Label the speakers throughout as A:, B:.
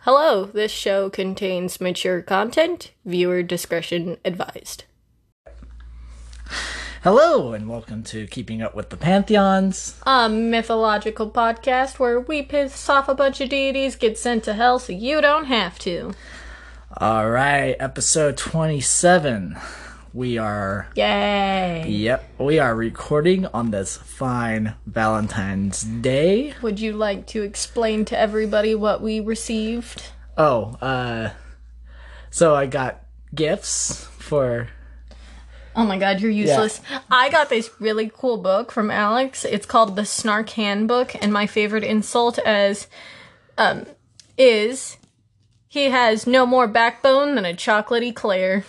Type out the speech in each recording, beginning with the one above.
A: Hello, this show contains mature content. Viewer discretion advised.
B: Hello, and welcome to Keeping Up with the Pantheons.
A: A mythological podcast where we piss off a bunch of deities, get sent to hell so you don't have to.
B: All right, episode 27. We are,
A: Yay!
B: yep, we are recording on this fine Valentine's Day.
A: Would you like to explain to everybody what we received?
B: Oh, uh, so I got gifts for,
A: Oh my god, you're useless. I got this really cool book from Alex. It's called The Snark Handbook, and my favorite insult as um is he has no more backbone than a chocolate eclair.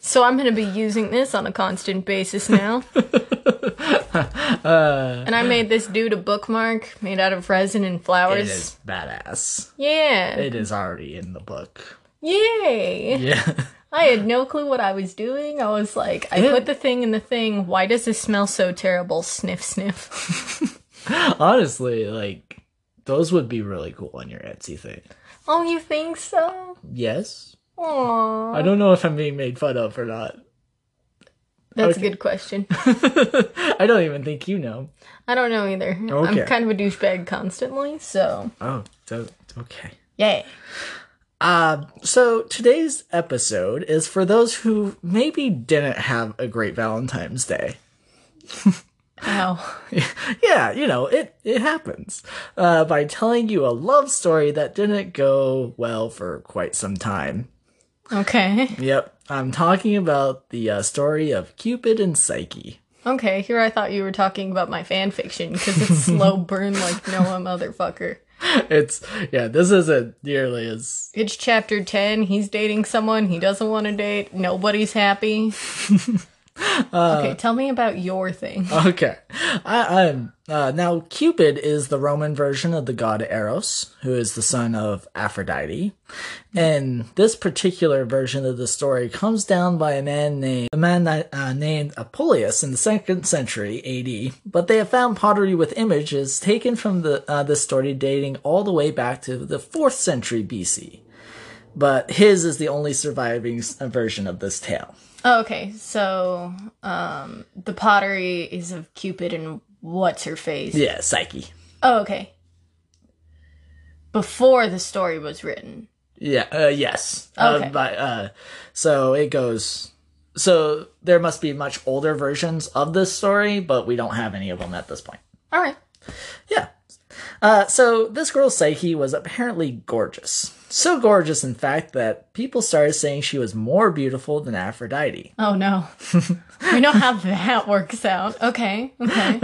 A: So I'm gonna be using this on a constant basis now.
B: Uh,
A: and I made this dude a bookmark made out of resin and
B: it
A: flowers.
B: is badass.
A: Yeah.
B: It is already in the book.
A: Yay.
B: Yeah.
A: I had no clue what I was doing. I was like, I put the thing in the thing. Why does this smell so terrible? Sniff, sniff.
B: Honestly, like, those would be really cool on your Etsy thing.
A: Oh, you think so?
B: Yes?
A: Aww.
B: I don't know if I'm being made fun of or not.
A: That's
B: okay.
A: a good question.
B: I don't even think you know.
A: I don't know either.
B: Okay.
A: I'm kind of a douchebag constantly, so.
B: Oh, so- okay.
A: Yay.
B: Uh, so today's episode is for those who maybe didn't have a great Valentine's Day.
A: Ow.
B: yeah, you know, it, it happens. Uh, by telling you a love story that didn't go well for quite some time.
A: Okay.
B: Yep, I'm talking about the uh, story of Cupid and Psyche.
A: Okay, here I thought you were talking about my fan fiction because it's slow burn like no motherfucker.
B: It's, yeah, this isn't nearly as
A: It's chapter 10. He's dating someone he doesn't want to date. Nobody's happy.
B: Uh,
A: okay, tell me about your thing.
B: Okay. I, I'm uh, now Cupid is the Roman version of the god Eros, who is the son of Aphrodite. And this particular version of the story comes down by a man named a man that, uh, named Apuleius in the second century A.D. But they have found pottery with images taken from the uh, this story dating all the way back to the fourth century B.C. But his is the only surviving s- uh, version of this tale.
A: Oh, Okay, so um the pottery is of Cupid and what's her face?
B: Yeah, Psyche.
A: Oh, okay. Before the story was written.
B: Yeah. Uh, yes. Uh,
A: Okay.
B: but uh, so it goes. So there must be much older versions of this story, but we don't have any of them at this point.
A: All right.
B: Yeah. Uh, so this girl Psyche was apparently gorgeous. So gorgeous, in fact, that people started saying she was more beautiful than Aphrodite,
A: Oh no. we know how that works out. Okay. Okay.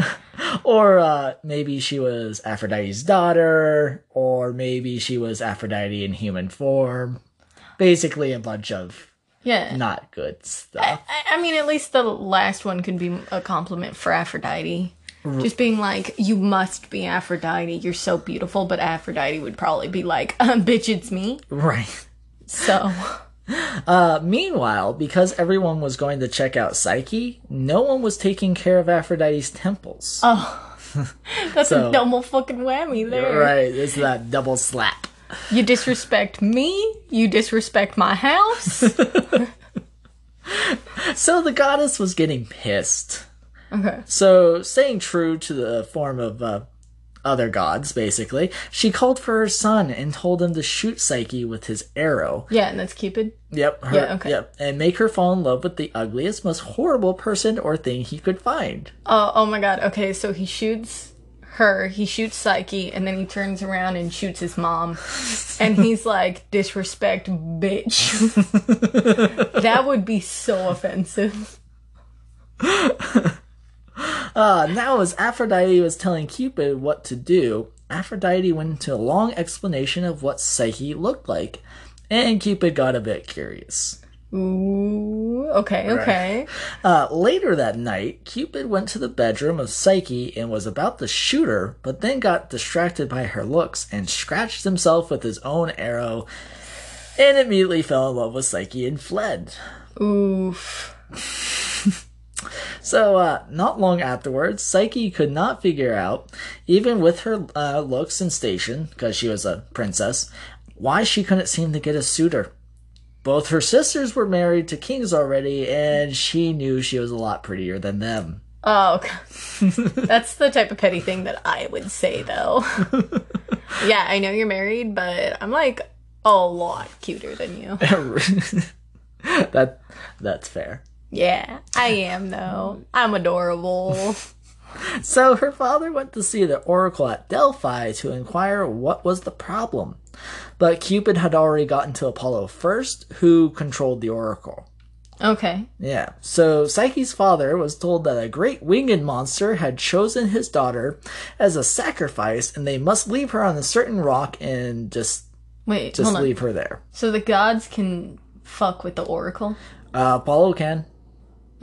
B: or uh, maybe she was Aphrodite's daughter, or maybe she was Aphrodite in human form. Basically, a bunch of
A: Yeah.
B: not good stuff.
A: I, I mean, at least the last one could be a compliment for Aphrodite. Just being like, you must be Aphrodite. You're so beautiful, but Aphrodite would probably be like, um, bitch, it's me.
B: Right.
A: So,
B: Uh, meanwhile, because everyone was going to check out Psyche, no one was taking care of Aphrodite's temples.
A: Uh-huh. that's
B: So-
A: a double fucking whammy there.
B: Right, it's that double slap.
A: You disrespect me, you disrespect my house.
B: So the goddess was getting pissed.
A: Okay.
B: So, staying true to the form of uh, other gods, basically, she called for her son and told him to shoot Psyche with his arrow.
A: yeah, and that's Cupid.
B: Yep. Her,
A: Yeah, okay.
B: Yep, and make her fall in love with the ugliest, most horrible person or thing he could find.
A: Oh, oh my god. Okay, so he shoots her, he shoots Psyche, and then he turns around and shoots his mom. And he's like, disrespect, bitch. that would be so offensive.
B: Uh, now, as Aphrodite was telling Cupid what to do, Aphrodite went into a long explanation of what Psyche looked like, and Cupid got a bit curious.
A: Ooh, okay, okay.
B: Uh, later that night, Cupid went to the bedroom of Psyche and was about to shoot her, but then got distracted by her looks and scratched himself with his own arrow, and immediately fell in love with Psyche and fled.
A: Oof.
B: So, uh, not long afterwards, Psyche could not figure out, even with her uh, looks and station, because she was a princess, why she couldn't seem to get a suitor. Both her sisters were married to kings already, and she knew she was a lot prettier than them.
A: Oh, God. that's the type of petty thing that I would say, though. yeah, I know you're married, but I'm like a lot cuter than you.
B: that that's fair.
A: Yeah, I am though. I'm adorable.
B: So her father went to see the oracle at Delphi to inquire what was the problem. But Cupid had already gotten to Apollo first, who controlled the oracle.
A: Okay.
B: Yeah. So Psyche's father was told that a great winged monster had chosen his daughter as a sacrifice and they must leave her on a certain rock and just
A: Wait,
B: just
A: hold on.
B: leave her there.
A: So the gods can fuck with the oracle.
B: Uh, Apollo can.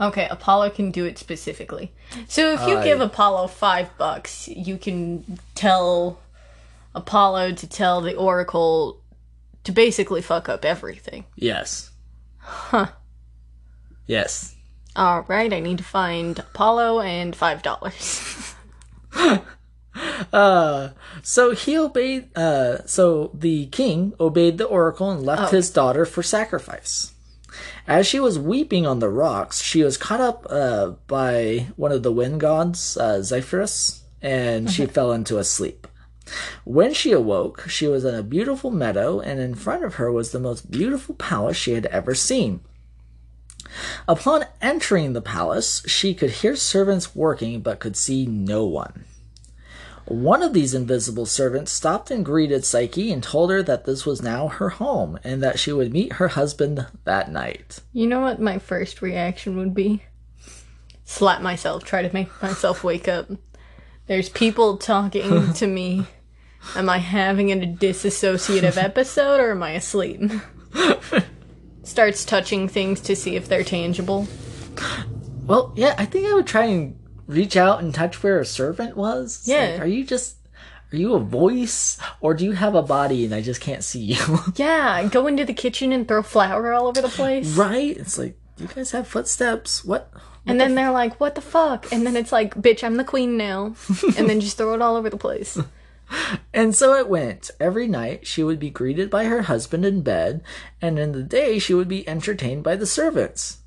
A: Okay, Apollo can do it specifically. So if you
B: Uh,
A: give Apollo five bucks, you can tell Apollo to tell the Oracle to basically fuck up everything.
B: Yes.
A: Huh.
B: Yes.
A: All right, I need to find Apollo and five dollars.
B: Uh, so he obeyed. Uh, so the king obeyed the oracle and left his daughter for sacrifice. As she was weeping on the rocks, she was caught up uh, by one of the wind gods, uh, Zephyrus, and she fell into a sleep. When she awoke, she was in a beautiful meadow, and in front of her was the most beautiful palace she had ever seen. Upon entering the palace, she could hear servants working but could see no one. One of these invisible servants stopped and greeted Psyche and told her that this was now her home and that she would meet her husband that night.
A: You know what my first reaction would be? Slap myself, try to make myself wake up. There's people talking to me. Am I having a disassociative episode or am I asleep? Starts touching things to see if they're tangible.
B: Well, yeah, I think I would try and reach out and touch where a servant was. It's
A: Yeah.
B: like, are you just. Are you a voice? Or do you have a body and I just can't see you?
A: Yeah, go into the kitchen and throw flour all over the place.
B: right? It's like, you guys have footsteps. What?
A: And then they're like, what the fuck? And then it's like, bitch, I'm the queen now. and then just throw it all over the place.
B: And so it went. Every night she would be greeted by her husband in bed, and in the day she would be entertained by the servants.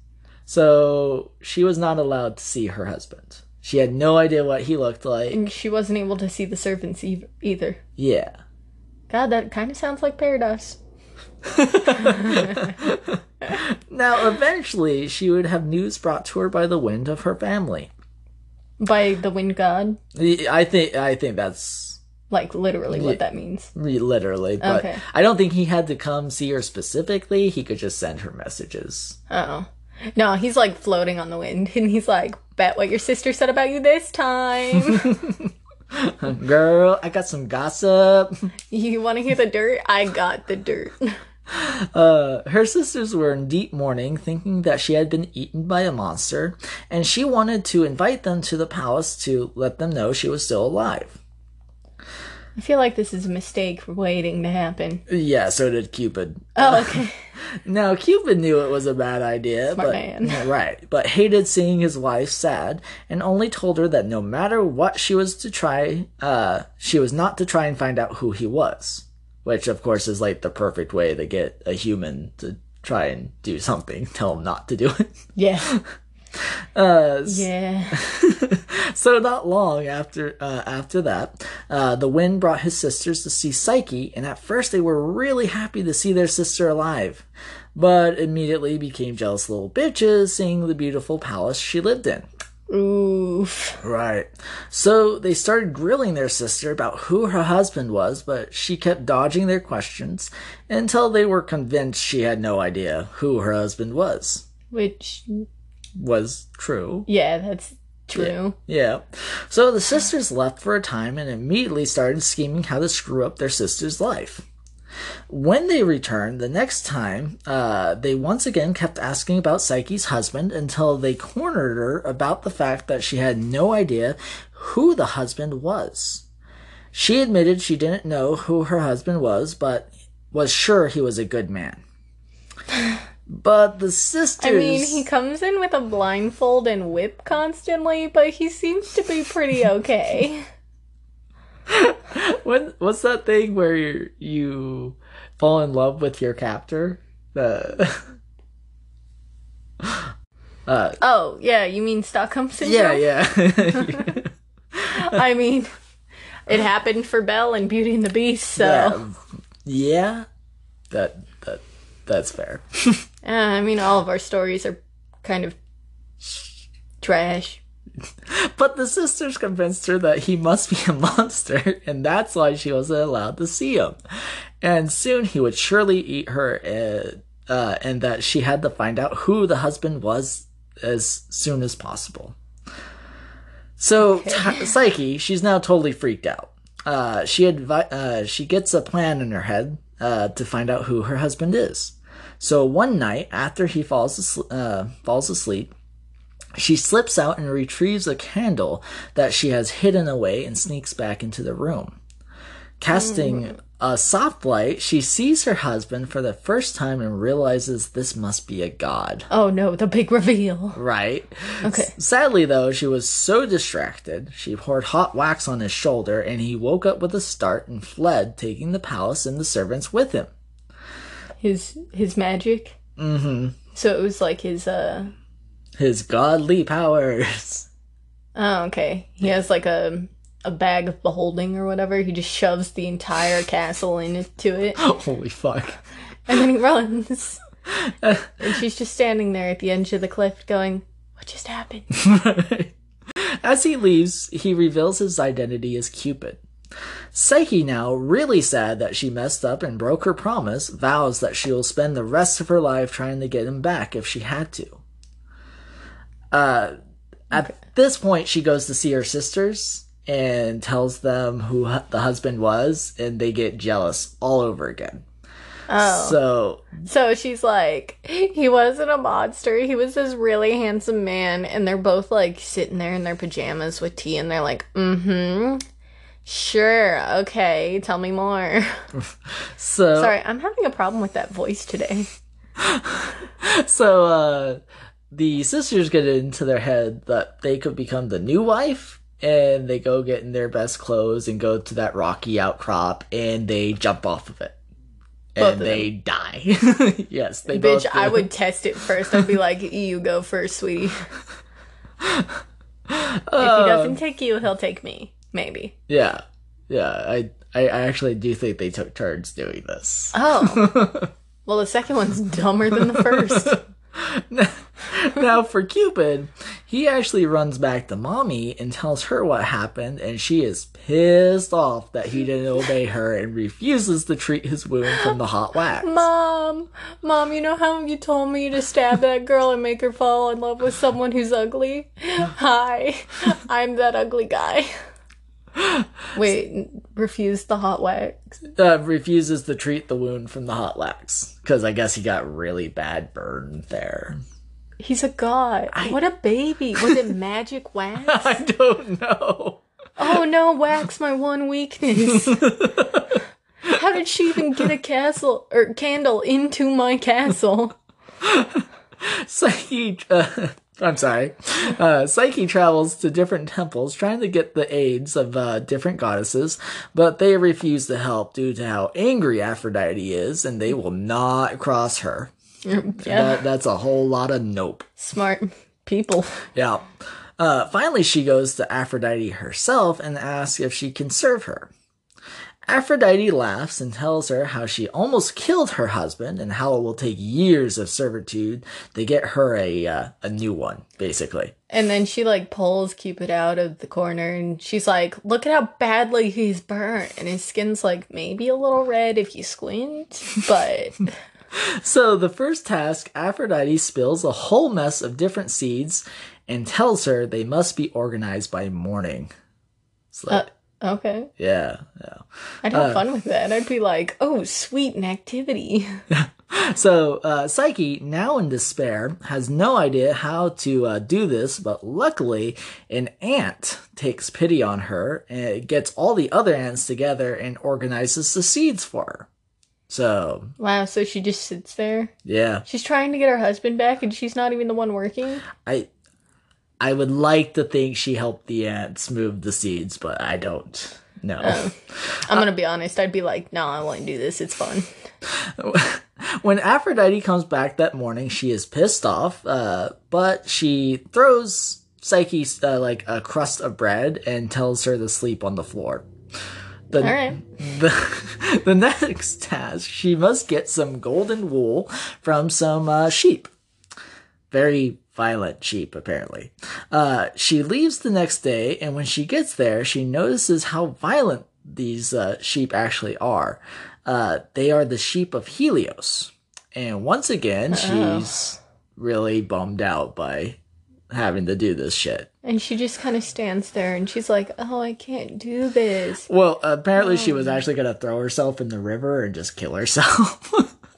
B: So she was not allowed to see her husband. She had no idea what he looked like.
A: And she wasn't able to see the servants e- either.
B: Yeah.
A: God, that kind of sounds like paradise.
B: Now, eventually, she would have news brought to her by the wind of her family.
A: By the wind god,
B: I think I think that's
A: like literally what that means.
B: literally, but
A: Okay.
B: I don't think he had to come see her specifically. He could just send her messages.
A: Oh. No, he's like floating on the wind and he's like, bet what your sister said about you this time.
B: Girl, I got some gossip.
A: you want to hear the dirt? I got the dirt.
B: Uh, her sisters were in deep mourning, thinking that she had been eaten by a monster, and she wanted to invite them to the palace to let them know she was still alive.
A: I feel like this is a mistake for waiting to happen.
B: Yeah, so did Cupid.
A: Oh, okay.
B: Now, Cupid knew it was a bad idea,
A: Smart
B: but
A: man.
B: right, but hated seeing his wife sad, and only told her that no matter what she was to try, uh, she was not to try and find out who he was, which of course is like the perfect way to get a human to try and do something, tell him not to do it.
A: Yeah.
B: Uh,
A: Yeah.
B: So not long after uh, after that, uh, the wind brought his sisters to see Psyche, and at first they were really happy to see their sister alive, but immediately became jealous little bitches seeing the beautiful palace she lived in.
A: Oof.
B: Right. So they started grilling their sister about who her husband was, but she kept dodging their questions until they were convinced she had no idea who her husband was.
A: Which,
B: Was true.
A: yeah, that's true.
B: Yeah. So the sisters left for a time and immediately started scheming how to screw up their sister's life. When they returned the next time, uh, they once again kept asking about Psyche's husband until they cornered her about the fact that she had no idea who the husband was. She admitted she didn't know who her husband was, but was sure he was a good man. But the sisters.
A: I mean, he comes in with a blindfold and whip constantly, but he seems to be pretty okay.
B: When what's that thing where you you fall in love with your captor? The
A: Oh, yeah, you mean Stockholm
B: yeah
A: syndrome?
B: yeah.
A: I mean, it happened for Belle and Beauty and the Beast, so
B: yeah, that that that's fair.
A: Uh, I mean, all of our stories are kind of trash.
B: But the sisters convinced her that he must be a monster, and that's why she wasn't allowed to see him. And soon he would surely eat her, and, uh, and that she had to find out who the husband was as soon as possible. So Ty- Psyche, she's now totally freaked out. Uh, she advi- uh, she gets a plan in her head uh, to find out who her husband is. So one night, after he falls asl- uh, falls asleep, she slips out and retrieves a candle that she has hidden away and sneaks back into the room. Casting a soft light, she sees her husband for the first time and realizes this must be a god,
A: Oh no, the big reveal.
B: right?
A: Okay.
B: Sadly, though, she was so distracted, she poured hot wax on his shoulder and he woke up with a start and fled, taking the palace and the servants with him.
A: His his magic. Mm-hmm. So it was like his uh
B: His godly powers.
A: oh okay. He has like a a bag of beholding or whatever. He just shoves the entire castle into it.
B: Holy fuck.
A: And then he runs. and she's just standing there at the edge of the cliff going, What just happened?
B: As he leaves, he reveals his identity as Cupid. Psyche, now really sad that she messed up and broke her promise, vows that she will spend the rest of her life trying to get him back if she had to. Uh, At this point, she goes to see her sisters and tells them who hu- the husband was, and they get jealous all over again. Oh. So
A: So she's like, He wasn't a monster. He was this really handsome man. And they're both like sitting there in their pajamas with tea and they're like, Mm hmm. Sure. Okay. Tell me more.
B: so
A: Sorry, I'm having a problem with that voice today.
B: So uh the sisters get it into their head that they could become the new wife and they go get in their best clothes and go to that rocky outcrop and they jump off of it.
A: Both of
B: and they die. yes, they
A: Bitch,
B: both do.
A: I would test it first. I'd be like, You go first, sweetie. if he doesn't take you, he'll take me. Maybe.
B: Oh. Yeah. Yeah, I I I actually do think they took turns doing this.
A: Oh. well, the second one's dumber than the first.
B: now for Cupid, he actually runs back to mommy and tells her what happened, and she is pissed off that he didn't obey her and refuses to treat his wound from the hot wax.
A: Mom, Um, mom, you know how you told me to stab that girl and make her fall in love with someone who's ugly? Hi, I'm that ugly guy. Wait, n- refuse the hot wax.
B: Uh, refuses to treat the wound from the hot wax because I guess he got really bad burn there.
A: He's a god. what a baby. Was it magic wax?
B: I don't know.
A: Oh no, wax my one weakness. How did she even get a castle or candle into my castle?
B: Psyche. Uh, I'm sorry. Uh, Psyche travels to different temples trying to get the aids of uh, different goddesses, but they refuse to help due to how angry Aphrodite is, and they will not cross her.
A: yeah,
B: That, that's a whole lot of nope.
A: smart people.
B: Yeah. Uh, finally, she goes to Aphrodite herself and asks if she can serve her. Aphrodite laughs and tells her how she almost killed her husband and how it will take years of servitude to get her a uh, a new one, basically.
A: And then she like pulls Cupid out of the corner and she's like, Look at how badly he's burnt. And his skin's like maybe a little red if you squint, but
B: So the first task, Aphrodite spills a whole mess of different seeds and tells her they must be organized by morning. It's like,
A: okay.
B: yeah, yeah.
A: I'd have fun with that. I'd be like, Oh, sweet, an activity.
B: So, uh, Psyche, now in despair, has no idea how to uh, do this, but luckily, an ant takes pity on her and gets all the other ants together and organizes the seeds for her. So,
A: Wow, so she just sits there.
B: yeah,
A: She's trying to get her husband back and she's not even the one working.
B: I I would like to think she helped the ants move the seeds, but I don't. No.
A: I'm gonna be honest. I'd be like, no, I won't do this. It's fun.
B: When Aphrodite comes back that morning, she is pissed off, uh, but she throws Psyche uh, like a crust of bread and tells her to sleep on the floor. The,
A: All right.
B: the, the next task, she must get some golden wool from some uh, sheep. Very violent sheep, apparently. Uh, she leaves the next day, and when she gets there, she notices how violent these uh, sheep actually are. Uh, they are the sheep of Helios. And once again, she's really bummed out by having to do this shit.
A: And she just kind of stands there and she's like, oh, I can't do this.
B: Well, apparently she was actually going to throw herself in the river and just kill herself.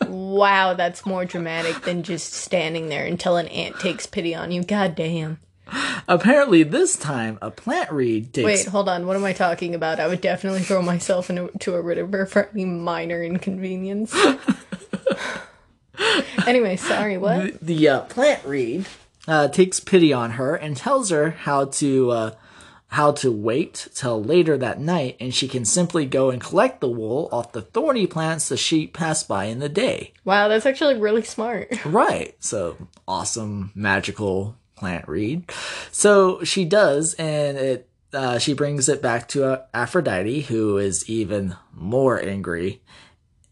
A: Wow, that's more dramatic than just standing there until an ant takes pity on you. God damn.
B: apparently this time a plant reed takes
A: Wait, hold on. What am I talking about? I would definitely throw myself into a river for any minor inconvenience. anyway, sorry, what?
B: the uh, plant reed uh, takes pity on her and tells her how to uh, how to wait till later that night, and she can simply go and collect the wool off the thorny plants the sheep pass by in the day.
A: Wow, that's actually really smart.
B: Right. So awesome, magical plant reed. So she does, and it uh, she brings it back to uh, Aphrodite, who is even more angry.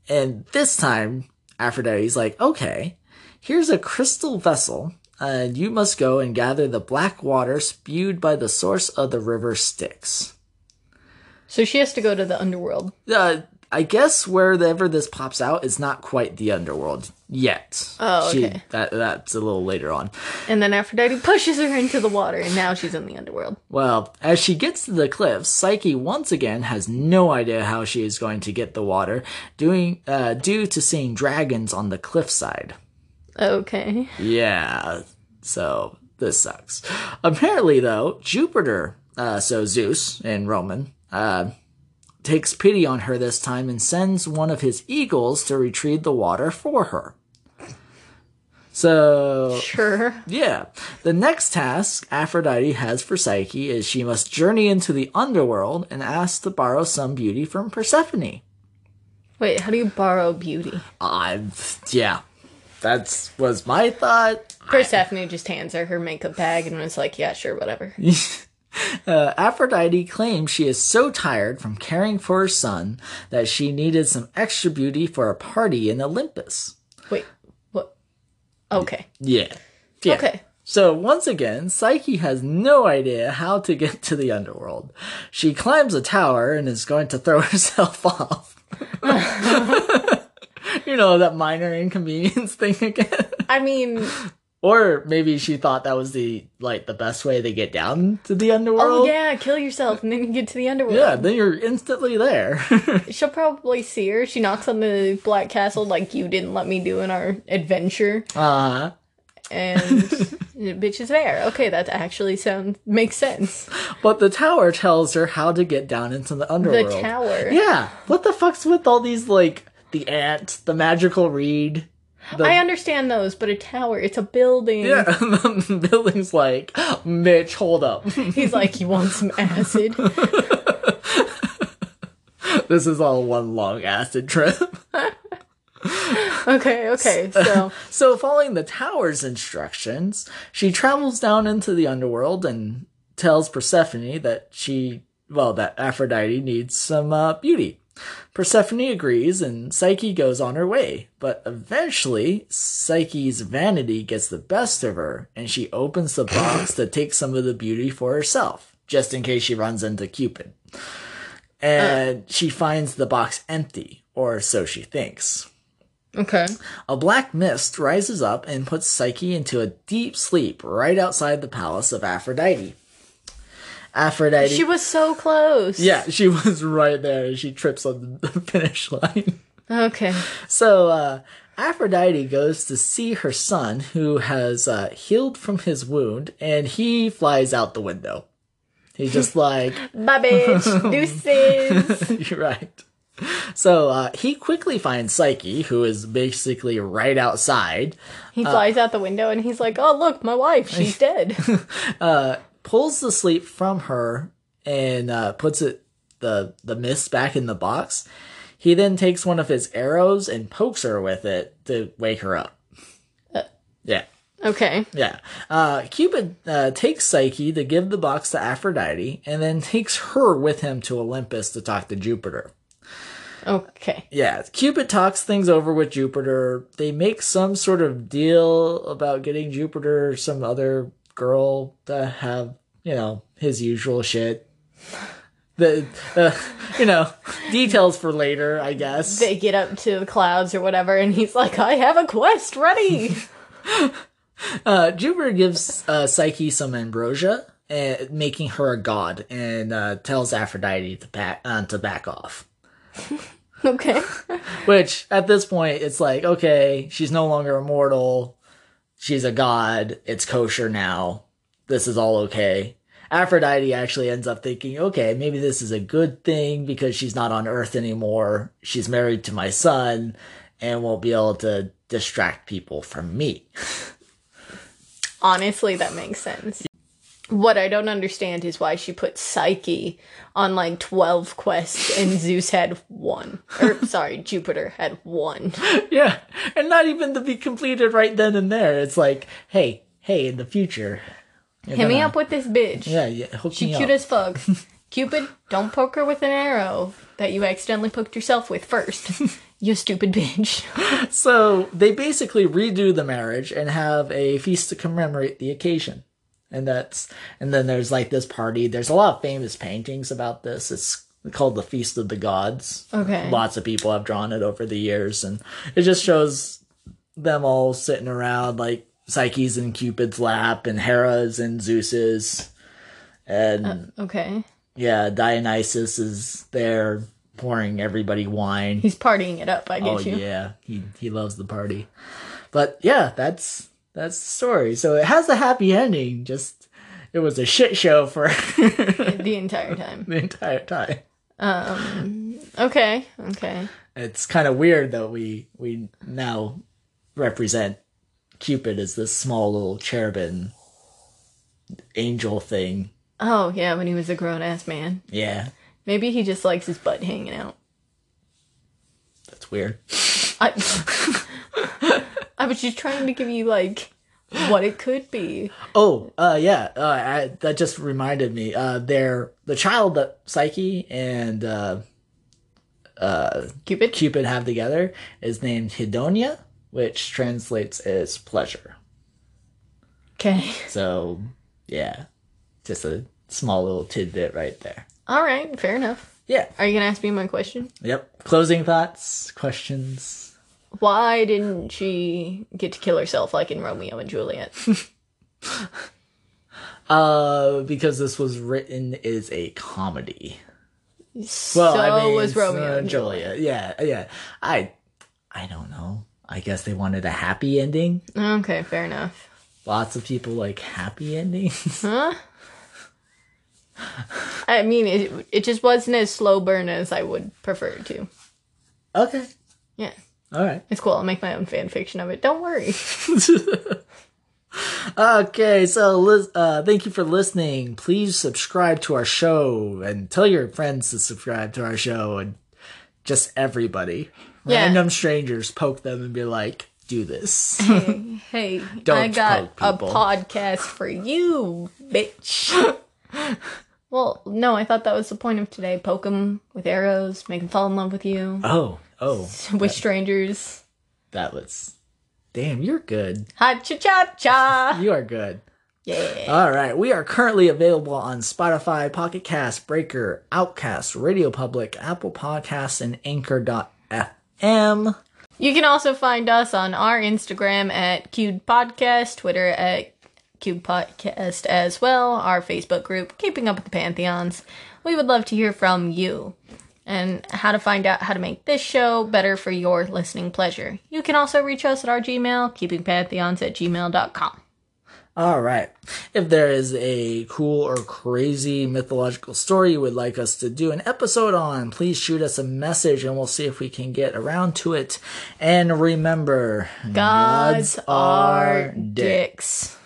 B: And this time, Aphrodite's like, "Okay, here's a crystal vessel." And you must go and gather the black water spewed by the source of the river Styx.
A: So she has to go to the underworld.
B: Uh, I guess wherever this pops out is not quite the underworld yet.
A: Oh,
B: She-
A: okay.
B: that, that's a little later on.
A: And then Aphrodite pushes her into the water and now she's in the underworld.
B: Well, as she gets to the cliffs, Psyche once again has no idea how she is going to get the water, doing uh, due to seeing dragons on the cliffside.
A: Okay.
B: Yeah, so this sucks. Apparently, though, Jupiter, uh, so Zeus in Roman, uh, takes pity on her this time and sends one of his eagles to retrieve the water for her. So
A: Sure.
B: yeah. The next task Aphrodite has for Psyche is she must journey into the underworld and ask to borrow some beauty from Persephone.
A: Wait, how do you borrow beauty?
B: Uh, yeah. That's was my thought.
A: Persephone just hands her her makeup bag and was like, yeah, sure, whatever.
B: Uh, Aphrodite claims she is so tired from caring for her son that she needed some extra beauty for a party in Olympus.
A: Wait, what? Okay.
B: Yeah. yeah.
A: Okay.
B: So once again, Psyche has no idea how to get to the underworld. She climbs a tower and is going to throw herself off. you know, that minor inconvenience thing again.
A: I mean, oh,
B: Or maybe she thought that was the like the best way to get down to the underworld.
A: oh yeah, kill yourself and then you get to the underworld.
B: Yeah, then you're instantly there.
A: She'll probably see her. She knocks on the Black Castle like you didn't let me do in our adventure,
B: uh
A: and the bitch is there. Okay, that actually sounds makes sense.
B: but the tower tells her how to get down into the
A: The
B: underworld.
A: tower.
B: Yeah. What the fuck's with all these like the ant, the magical reed, the
A: I understand those, but a tower, it's a building.
B: Yeah, the building's like, Mitch, hold up.
A: He's like, you want some acid?
B: this is all one long acid trip.
A: Okay, okay. So
B: so, following the tower's instructions, she travels down into the underworld and tells Persephone that she, well, that Aphrodite needs some uh, beauty. Persephone agrees and Psyche goes on her way, but eventually Psyche's vanity gets the best of her and she opens the box to take some of the beauty for herself, just in case she runs into Cupid. And she finds the box empty, or so she thinks.
A: okay,
B: A black mist rises up and puts Psyche into a deep sleep right outside the palace of Aphrodite. Aphrodite.
A: she was so close.
B: yeah, she was right there. and She trips on the finish line.
A: Okay.
B: So, uh, Aphrodite goes to see her son, who has uh, healed from his wound, and he flies out the window. He's just like,
A: Bye, bitch. Deuces.
B: You're right. So uh, he quickly finds Psyche, who is basically right outside,
A: He flies out the window and he's like, "Oh, look, my wife, she's dead."
B: uh, pulls the sleep from her, and uh, puts it the the the mist back in the box. He then takes one of his arrows and pokes her with it to wake her up. yeah.
A: Okay.
B: Yeah. Uh, Cupid uh, takes Psyche to give the box to Aphrodite and then takes her with him to Olympus to talk to Jupiter.
A: Okay.
B: Yeah, Cupid talks things over with Jupiter. They make some sort of deal about getting Jupiter some other girl to have, you know, his usual shit. The, uh, you know, details for later, I guess.
A: They get up to the clouds or whatever, and he's like, I have a quest ready.
B: Uh, Jupiter gives uh, Psyche some ambrosia, uh, making her a god, and uh, tells Aphrodite to back uh, to back off.
A: okay.
B: Which at this point, it's like, okay, she's no longer immortal. She's a god. It's kosher now. This is all okay. Aphrodite actually ends up thinking, okay, maybe this is a good thing because she's not on Earth anymore. She's married to my son and won't be able to distract people from me.
A: Honestly, that makes sense. What I don't understand is why she put Psyche on like 12 quests and Zeus had one. Or, sorry, Jupiter had one.
B: yeah. And not even to be completed right then and there. It's like, hey, hey, in the future. you're
A: Hit me
B: gonna-
A: up with this bitch.
B: Yeah, yeah. Hook
A: She
B: me
A: cute
B: up.
A: as fuck. Cupid, don't poke her with an arrow that you accidentally poked yourself with first. you stupid bitch.
B: So they basically redo the marriage and have a feast to commemorate the occasion. And that's and then there's like this party. There's a lot of famous paintings about this. It's called the Feast of the Gods.
A: Okay.
B: Lots of people have drawn it over the years and it just shows them all sitting around like Psyche's in Cupid's lap and Hera's and Zeus's and
A: Okay.
B: yeah, Dionysus is there pouring everybody wine.
A: He's partying it up, I get
B: Oh
A: you.
B: yeah, he he loves the party. But yeah, that's that's the story. So it has a happy ending. Just it was a shit show for the
A: The entire time.
B: entire time.
A: Um okay, okay.
B: It's kind of weird that we we now represent Cupid as this small little cherubim angel thing.
A: Oh yeah, when he was a grown ass man.
B: Yeah,
A: Maybe he just likes his butt hanging out.
B: that's weird.
A: I I was just trying to give you like what it could be.
B: Oh, uh, yeah, uh, I, that just reminded me. Uh, they're the child that Psyche and uh,
A: Cupid.
B: Cupid have together is named Hedonia, which translates as pleasure.
A: Okay.
B: So, yeah, just a small little tidbit right there.
A: All right, fair enough.
B: Yeah.
A: Are you going to ask me my question?
B: Yep. Closing thoughts, questions.
A: Why didn't she get to kill herself like in Romeo and Juliet?
B: Uh, because this was written as a comedy.
A: so
B: Well, I mean,
A: was Romeo
B: uh,
A: and Juliet.
B: Juliet. Yeah, yeah. I, I don't know. I guess they wanted a happy ending.
A: Okay, fair enough.
B: Lots of people like happy endings.
A: Huh? I mean, it it just wasn't as slow burn as I would prefer it to.
B: okay.
A: Yeah,
B: All right.
A: it's cool. I'll make my own fan fiction of it. Don't worry.
B: okay, so lis- uh, thank you for listening. Please subscribe to our show and tell your friends to subscribe to our show and just everybody.
A: Yeah.
B: Random strangers poke them and be like, do this.
A: Hey, I
B: Don't
A: got a
B: poke people.
A: podcast for you, bitch. well, no, I thought that was the point of today. Poke them with arrows, make them fall in love with you,
B: oh, oh,
A: with strangers.
B: that was. Damn, you're good.
A: Ha cha cha cha.
B: You are good.
A: Yeah.
B: All right, we are currently available on Spotify, Pocket Cast, Breaker, Outcast, Radio Public, Apple Podcasts, and Anchor.fm.
A: You can also find us on our Instagram at Cubed Podcast, Twitter at Cubed Podcast as well, our Facebook group, Keeping Up with the Pantheons. We would love to hear from you and how to find out how to make this show better for your listening pleasure. You can also reach us at our Gmail, keepingpantheons at gmail.com.
B: All right. If there is a cool or crazy mythological story you would like us to do an episode on, please shoot us a message and we'll see if we can get around to it. And remember,
A: Gods are
B: dicks.
A: dicks.